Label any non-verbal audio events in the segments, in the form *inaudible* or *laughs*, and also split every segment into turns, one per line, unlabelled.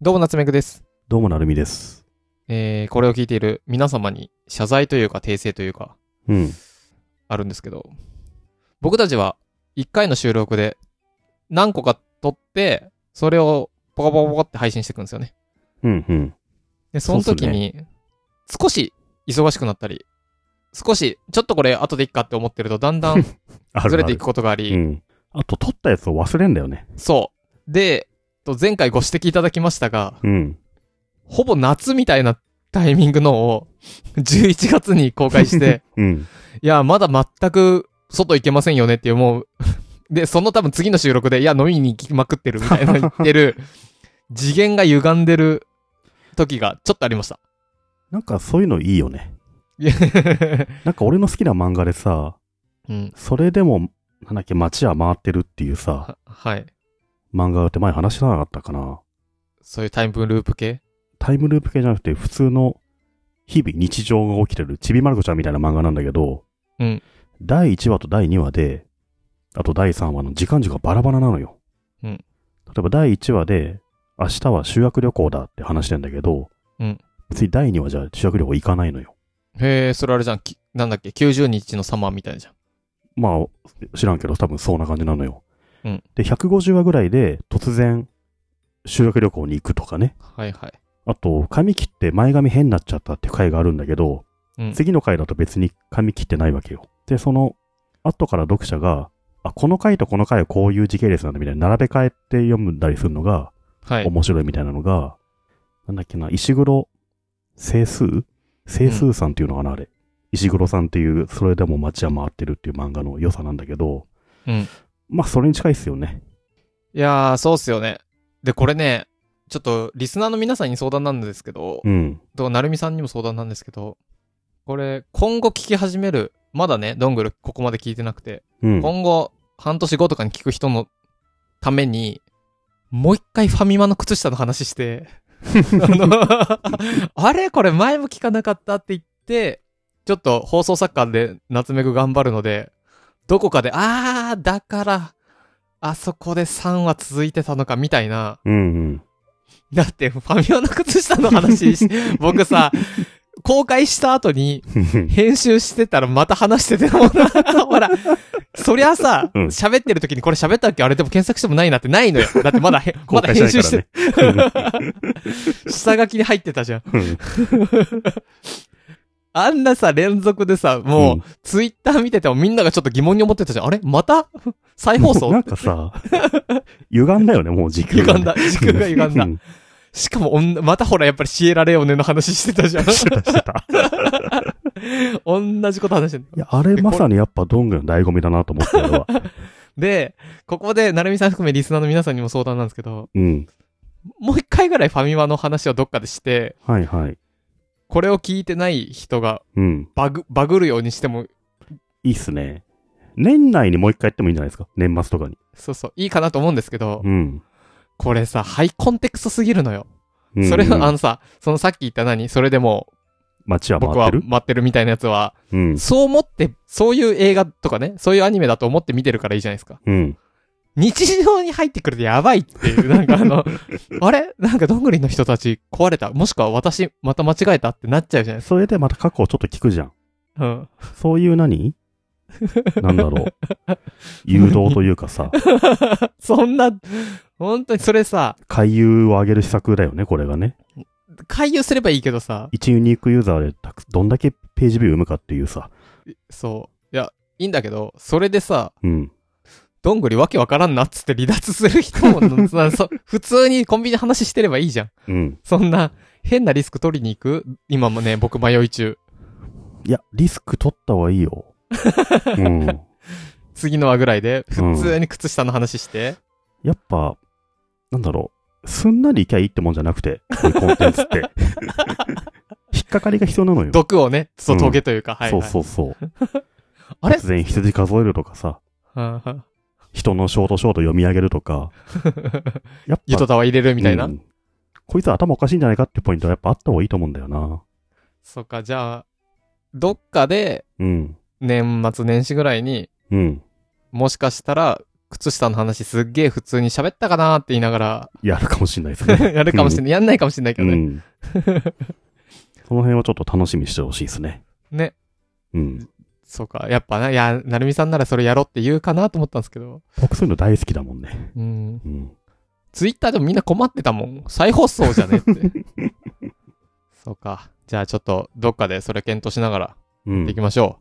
どうも、夏目くです。
どうもなるみです。
えー、これを聞いている皆様に謝罪というか訂正というか、
うん。
あるんですけど、僕たちは1回の収録で何個か撮って、それをポカポカポカって配信していくんですよね。
うんうん。
で、その時に、少し忙しくなったり、少し、ちょっとこれ後でいっかって思ってると、だんだん
ある
ずれていくことがあ
あ
り、
るうん。あと、撮ったやつを忘れんだよね。
そう。で、と前回ご指摘いただきましたが、
うん。
ほぼ夏みたいなタイミングのを11月に公開して、
うん。
いや、まだ全く外行けませんよねっていう、もう、 *laughs* で、その多分次の収録で、いや、飲みに行きまくってるみたいなの言ってる、次元が歪んでる時がちょっとありました。 *laughs*
なんか、そういうのいいよね。
いや
なんか、俺の好きな漫画でさ、
うん。
それでも、なんだっけ、街は回ってるっていうさ、
ははい。
漫画って前話しなかったかな。
そういうタイムループ系
タイムループ系じゃなくて、普通の、日々日常が起きてる、ちびまる子ちゃんみたいな漫画なんだけど、
うん。
第1話と第2話で、あと第3話の時間軸がバラバラなのよ。
うん
例えば第1話で、明日は修学旅行だって話してんだけど、
うん
別に第2話じゃ修学旅行行かないのよ。
へえ、それあれじゃん。きなんだっけ ?90 日のサマーみたいなじゃん。
まあ、知らんけど多分そんな感じなのよ。
うん
で、150話ぐらいで突然、修学旅行に行くとかね。
はいはい。
あと、髪切って前髪変になっちゃったって回があるんだけど、
うん。
次の回だと別に髪切ってないわけよ。で、その、後から読者が、あ、この回とこの回はこういう時系列なんだみたいな、並べ替えて読んだりするのが、
はい。
面白いみたいなのが、なんだっけな、石黒清数清数さんっていうのかな、あれ。石黒さんっていう、それでも街は回ってるっていう漫画の良さなんだけど、
うん。
まあ、それに近いっすよね。
いやー、そうっすよね。で、これね、ちょっとリスナーの皆さんに相談なんですけど、
うん。
と、なるみさんにも相談なんですけど、これ、今後聞き始める、まだね、どんぐるここまで聞いてなくて、
うん。
今後、半年後とかに聞く人のために、もう一回ファミマの靴下の話して、
*laughs*
あのあれこれ前も聞かなかったって言って、ちょっと放送作家で夏目く頑張るので、どこかで、あー、だから、あそこで3話続いてたのかみたいな、
うんうん。
だって、ファミマの靴下の話
*laughs*
し、僕さ、公開した後に、編集してたらまた話してて、ほら、 *laughs* ほら、そりゃさ、
うん
喋、ってる時にこれ喋ったっけあれでも検索してもないなってないのよ。だってまだへ、ま
公
だ
開し
編
な
集
い
して、
からね。
下書きに入ってたじゃん。
うん
あんなさ、連続でさ、 *laughs* もう、ツイッター見ててもみんながちょっと疑問に思ってたじゃん。あれまた再放送
なんかさ、歪んだよね、もう時空
歪んだ。時空が歪んだ
う。ん
しかもおんな、またほら、やっぱりシエラレオネの話してたじ
*laughs*
ゃん。
してた、してた。
同じこと話してんの
いや、あれまさにやっぱどんぐりの醍醐味だなと思った
*laughs*
よ。
で、ここで、なるみさん含めリスナーの皆さんにも相談なんですけど、
うん。
もう一回ぐらいファミマの話をどっかでして、
はいはい。
これを聞いてない人が
うん。
バグ、バグるようにしても、
いいっすね。年内にもう一回やってもいいんじゃないですか年末とかに。
そうそう、いいかなと思うんですけど、
うん。
これさ、ハイコンテクストすぎるのよ。
うん
それは、あのさ、そのさっき言った何それでも、
街は回
僕
っ
は
てる
待ってるみたいなやつは、
うん。
そう思って、そういう映画とかね、そういうアニメだと思って見てるからいいじゃないですか。
うん。
日常に入ってくるとやばいっていう、なんかあ
*laughs*
の、あれなんかどんぐりの人たち壊れたもしくは私、また間違えたってなっちゃうじゃないですか
それでまた過去をちょっと聞くじゃん。
うん。 *laughs*
そういう何なんだろう。誘導というかさ、
そんな、本当にそれさ、
回遊を上げる施策だよね、これがね。
回遊すればいいけどさ、
一ユニークユーザーでたくどんだけページビュー生むかっていうさ。
そう。いや、いいんだけど、それでさ、
うん。
どんぐりわけわからんなっつって離脱する人も、 *laughs* さそ普通にコンビニで話してればいいじゃん。
うん。
そんな、変なリスク取りに行く今もね、僕迷い中。
いや、リスク取った方がいいよ。うん。
次の話ぐらいで、
うん
普通に靴下の話して。
やっぱ、なんだろう、すんなりいきゃいいってもんじゃなくて、こういうコンテンツ *laughs* って。引っかかりが必要なのよ。
毒をね、そう、
うん
トゲというか、はい、はい。
そうそうそう。
あれ
突然羊数えるとかさ、
うんうん
人のショートショート読み上げるとか、やっぱ。
*laughs* ゆとたわ入れるみたいな。
うんこいつ頭おかしいんじゃないかってポイントはやっぱあった方がいいと思うんだよな。
そっか、じゃあ、どっかで、
うん。
年末年始ぐらいに、
うん。
もしかしたら、靴下の話すっげえ普通に喋ったかなって言いなが
*laughs*
ら、
やるかもしれないですね。
やるかもしれな
ない
い。やんないかも *laughs* しれないけど
う
ね。
ん。その辺はちょっと楽しみにしてほしいですね。
ね。
うん。
そうか。やっぱな、いや、なるみさんならそれやろうって言うかなと思ったんですけど。
僕そういうの大好きだもんね。
うん。
うん。
ツイッターでもみんな困ってたもん。再放送じゃね
*laughs*
って。そうか。じゃあちょっと、どっかでそれ検討しながら、
う
行き
ん。
ましょ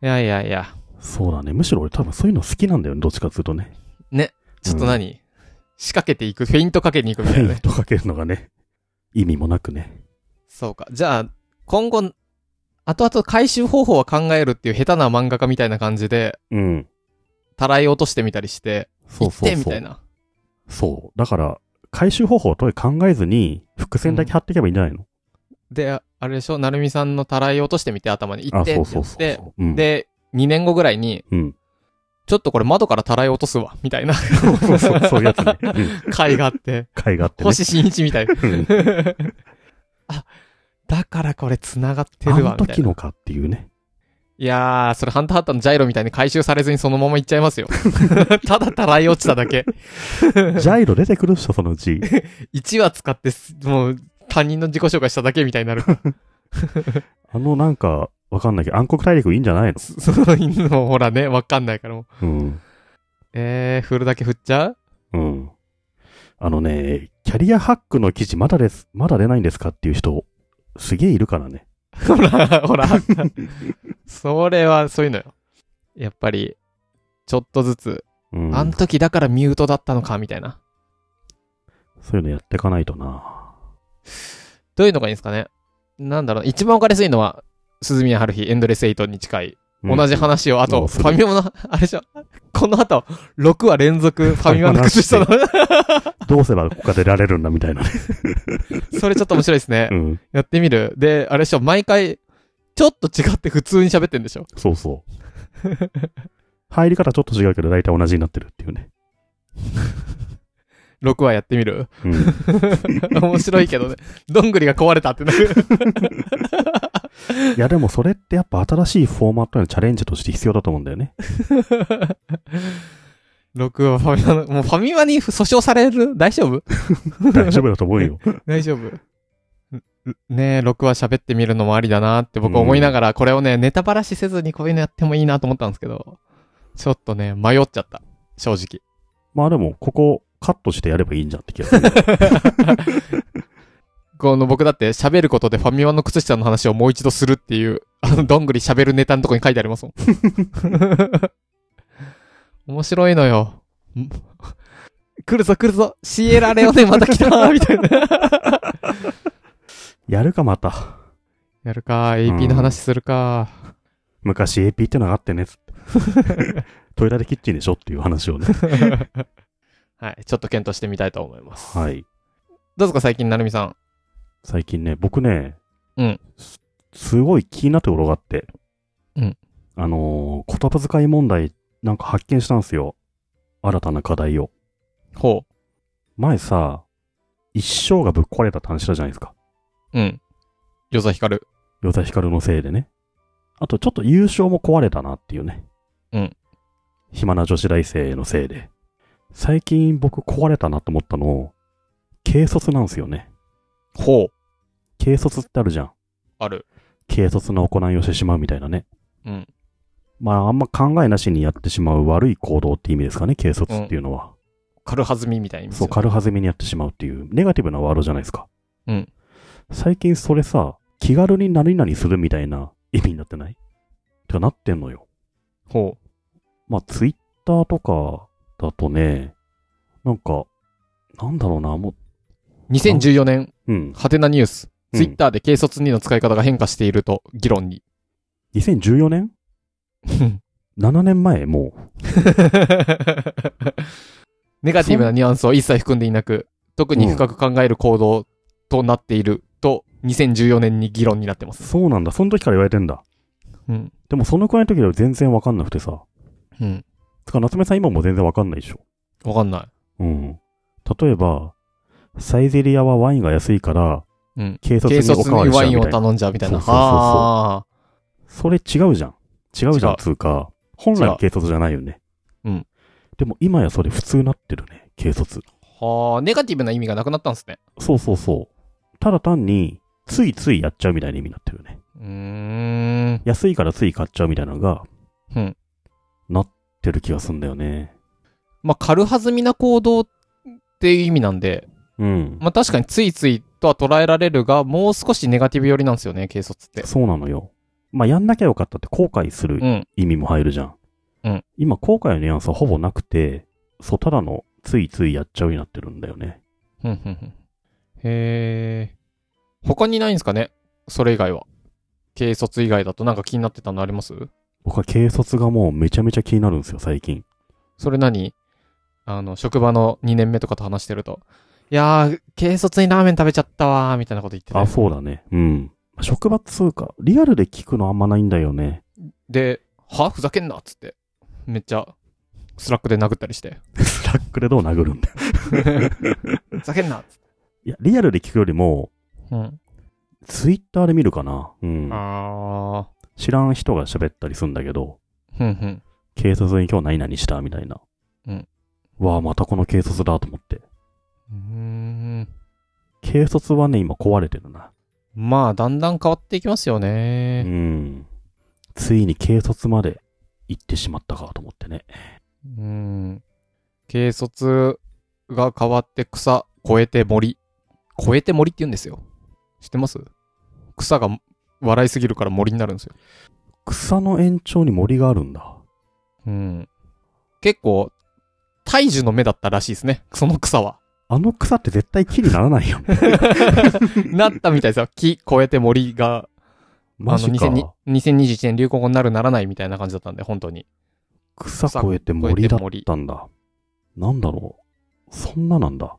う。いやいやいや。
そうだね。むしろ俺多分そういうの好きなんだよね。どっちかっていうとね。。
ちょっと何、仕掛けていく、フェイントかけに行くみたいなね
とかけるのがね、意味もなくね。
そうか。じゃあ、今後、後々回収方法は考えるっていう下手な漫画家みたいな感じで、
うん。
たらい落としてみたりして、行
そう
っ
そう
て
そ
み
う。
たいな。
そう。だから、回収方法とか考えずに、伏線だけ貼っていけばいいんじゃないの、
で、あれでしょなるみさんのたらい落としてみて、頭に行
あ、
って
そ
ってや
うそう
っ
そう
て、
そう。うん、
で、2年後ぐらいに、
うん。
ちょっとこれ窓からたらい落とすわ、みたいな *laughs*
そうそうそう、そういうやつね。うん
回があって、
回があってね。
星新一みたいな。
うん
あ、だからこれ繋がって
あ
る
の
わ、みた
時
いな。
のかっていうね。
いやー、それハンターハッターのジャイロみたいに回収されずにそのまま行っちゃいますよ。 *laughs* ただたらい落ちただけ。
ジャイロ出てくるっしょ、そのうち。
1話使ってす、もう、他人の自己紹介しただけみたいになるから。
あのなんか、わかんないけど、暗黒大陸いいんじゃないの
そ *laughs* その犬もほらね、わかんないからもう。
うん。
えー、振るだけ振っちゃう
うん。あのね、キャリアハックの記事まだです、まだ出ないんですかっていう人、すげえいるからね。
ほら、ほら。
*laughs*
それは、そういうのよ。やっぱり、ちょっとずつ、
うん。
あん時だからミュートだったのか、みたいな。
そういうのやってかないとな。
どういうのがいいんですかねなんだろう、一番わかりやすいのは、鈴宮春日、エンドレスエイトに近い同じ話を、あ
う
と、
ん
ファミマの、あれでしょ、この後、6話連
*laughs*
続、ファミマの靴下の、
どうすればここが出られるんだみた
*laughs*
いなね。
それちょっと面白いですね。
うん。
やってみる。で、あれでしょ、毎回、ちょっと違って普通に喋ってんでしょ。
そうそう。入り方ちょっと違うけど、大体同じになってるっていうね。
6話やってみる。
うん。
面白いけどね。どんぐりが壊れたってなる。
いや、でもそれってやっぱ新しいフォーマットへのチャレンジとして必要だと思うんだよね。
6話ファミマの、もうファミマに訴訟される大丈夫
大丈夫だと思うよ。
*laughs* 大丈夫。ねえ、6話喋ってみるのもありだなって僕思いながら、これをね、ネタバラしせずにこういうのやってもいいなと思ったんですけど、ちょっとね、迷っちゃった。正直。
まあでも、ここカットしてやればいいんじゃんって気がする。
この僕だって喋ることでファミマの靴下の話をもう一度するっていう、あの、どんぐり喋るネタのとこに書いてあります *laughs* もん。面白いのよ。 *laughs* ん来るぞ来るぞシエラレオネまた来たーみたいな。
やるかまた。
やるかー、AP の話するか
昔 AP ってのが
*laughs*
あってね、つって。トイレでキッチンでしょっていう話
*laughs*
をね。
ー。 *laughs* はい、ちょっと検討してみたいと思います。
はい。
どうですか最近、なるみさん。
最近ね、僕ね、
うん
す。すごい気になってることがあって。
うん。
あのー言葉遣い問題、なんか発見したんですよ。新たな課題を。
ほ
前さ、一生がぶっ壊れたって話したじゃないですか。
う。うん。ヨザヒカル。
与田ヒカルのせいでね。あと、ちょっと優勝も壊れたなっていうね。
うん。
暇な女子大生のせいで。最近僕壊れたなと思ったの、軽率なんですよね。
ほう。
軽率ってあるじゃん。
ある。
軽率な行いをしてしまうみたいなね。
うん。
まあ、あんま考えなしにやってしまう悪い行動って意味ですかね、軽率っていうのは。
軽はずみみたいに。
そう、軽はずみにやってしまうっていう、ネガティブなワードじゃないですか。
うん。
最近それさ、気軽に何々するみたいな意味になってないってかなってんのよ。
ほう。
まあ、ツイッターとかだとね、なんか、なんだろうな、も
2014年、
う、うん。
ハテナニュース。
うん
ツイッターで軽率にの使い方が変化していると議論
*laughs*
に。
2014年 ?7 年前もう。
ネガティブなニュアンスを一切含んでいなく、特に深く考える行動となっていると、2014年に議論になってます。
そうなんだ。その時から言われてんだ。
うん。
でもそのくらいの時では全然わかんなくてさ。
うん。
つか、夏目さん今も全然わかんないでしょ。
わかんない。
うん。例えば、サイゼリアはワインが安いから、
うん。
警察
軽
に
率
おかわ
に
りしち
ワ
ゃう
イン
み
を
たいな。
頼んじゃうみたいな。
そうそうそうそう
あ
それ違うじゃん。違うじゃん、つうか、本来の警察じゃないよね。
うん。
でも今やそれ普通になってるね、軽率。
はあ、ネガティブな意味がなくなったんですね。
そうそうそう。ただ単に、ついついやっちゃうみたいな意味になってるね。
うーん。
安いからつい買っちゃうみたいなのが、
うん
なってる気がすんだよね。
まあ、軽はずみな行動っていう意味なんで、
うん。
まあ、確かについついとは捉えられるが、もう少しネガティブ寄りなんですよね、軽率って。
そうなのよ。まあ、やんなきゃよかったって後悔する
うん。
意味も入るじゃん。
うん
今、後悔のニュアンスはほぼなくて、そう、ただのついついやっちゃうようになってるんだよね。
ふんふんふん。へえ。他にないんですかねそれ以外は。軽率以外だとなんか気になってたのあります
僕は軽率がもうめちゃめちゃ気になるんですよ、最近。
それ何あの、職場の2年目とかと話してると。いやー、軽率にラーメン食べちゃったわー、みたいなこと言って
あ、
て。
そうだね。うん。職場っつうか、リアルで聞くのあんまないんだよね。 *laughs*
で、はふざけんなっつって。めっちゃ、スラックで殴ったりして。
スラックでどう殴るんだよ。
ふざけんなっつって。
いや、リアルで聞くよりも、
うん。
ツイッターで見るかな。うん。
あ
知らん人が喋ったりすんだけど、
ー。ふんふん。
警察に今日何々したみたいな。
うん。
わあ、またこの警察だと思って。
うーん。
警察はね、今壊れてるな。
まあ、だんだん変わっていきますよ
う
ね。
ん。ついに警察まで行ってしまったかと思ってね。
うん。軽率が変わって草、越えて森。越えて森って言うんですよ。知ってます草が笑いすぎるから森になるんですよ。
草の延長に森があるんだ。
うん。結構、大樹の芽だったらしいですね。その草は。
あの草って絶対木にならな
*laughs*
いよね。
なったみたいですよ。木越えて森が、あ
マ
の
ジ
2002
か。
2021年流行語になるならないみたいな感じだったんで、本当に。
草越えて森だったんだ。なんだろう。そんななんだ。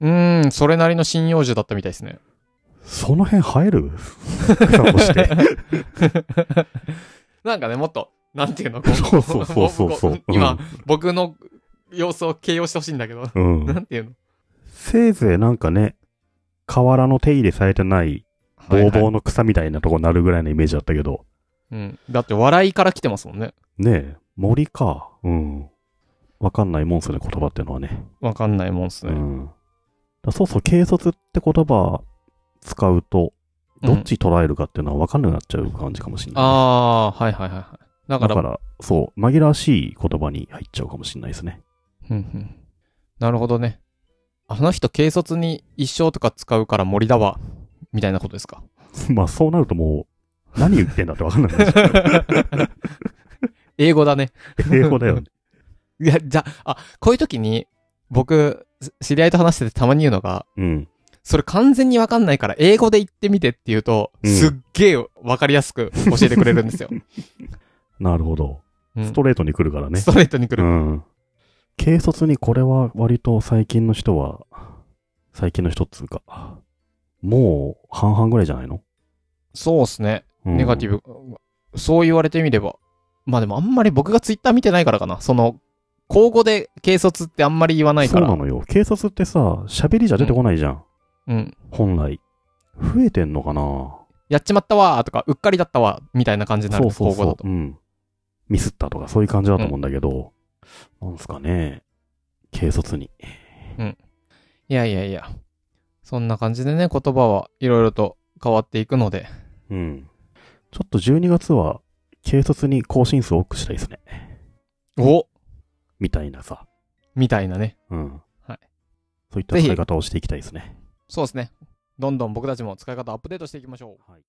うーん、それなりの針葉樹だったみたいですね。
その辺生える草と
*laughs*
して。
なんかね、もっと、なんていう *laughs* のこ
そうそうそうそうそう
こ今、僕の様子を形容してほしいんだけど、 *laughs*
うん。
なんていうの
せいぜいなんかね、河原の手入れされてない、ボー
はい
ボ
は
ー
い
の草みたいなとこになるぐらいのイメージだったけど、
うん。だって笑いから来てますもんね。
ねえ、森か。うん。わかんないもんっすね、言葉ってのはね。
わかんないもんっす
う
ね。
ん。だそうそう、軽率って言葉使うと、どっち捉えるかっていうのはわかんなくなっちゃう感じかもしれない、
ああ、はいはいはいはい。だ
だ
か、
からら、そう、紛らわしい言葉に入っちゃうかもしれないですね。
うんうんなるほどね。あの人、軽率に一生とか使うから森だわ。みたいなことです *laughs* か。
まあ、そうなるともう、何言ってんだってわかんなくなっちゃう。
英語だね。
英語だよね。
いや、じゃあ、あ、こういう時に、僕、知り合いと話しててたまに言うのが、
うん。
それ完全にわかんないから、英語で言ってみてって言うと、
うん
すっげえわかりやすく教えてくれるん
*laughs*
ですよ。
なるほど。
うん
ストレートに来るからね
ス。トレートに来
う
る。
ん。軽率にこれは割と最近の人は、最近の人っつうか、もう半々ぐらいじゃないの、
そうっすね。
うん
ネガティ。ブ。そう言われてみれば。まあでもあんまり僕がツイッター見てないからかな。その、口語で軽率ってあんまり言わない
そ
か
う
ら。
なのよ。警察ってさ、喋りじゃ出てこないじゃん。
うん。
本来。増えてんのかな
やっちまったわーとか、うっかりだったわーみたいな感じになる。
そうそう
口語
そ
だ
う。
と。
うん。ミスったとかそういう感じだと思うんだけど、なんすかね。軽率に。
いやいやいや。そんな感じでね、言葉はいろいろと変わっていくので。
うん。ちょっと12月は、軽率に更新数多くしたいですね。
お
みたいなさ。
みたいなね。
うん。
はい。
そういった
ぜひ
使い方をしていきたいですね。
そうですね。どんどん僕たちも使い方アップデートしていきましょう。
はい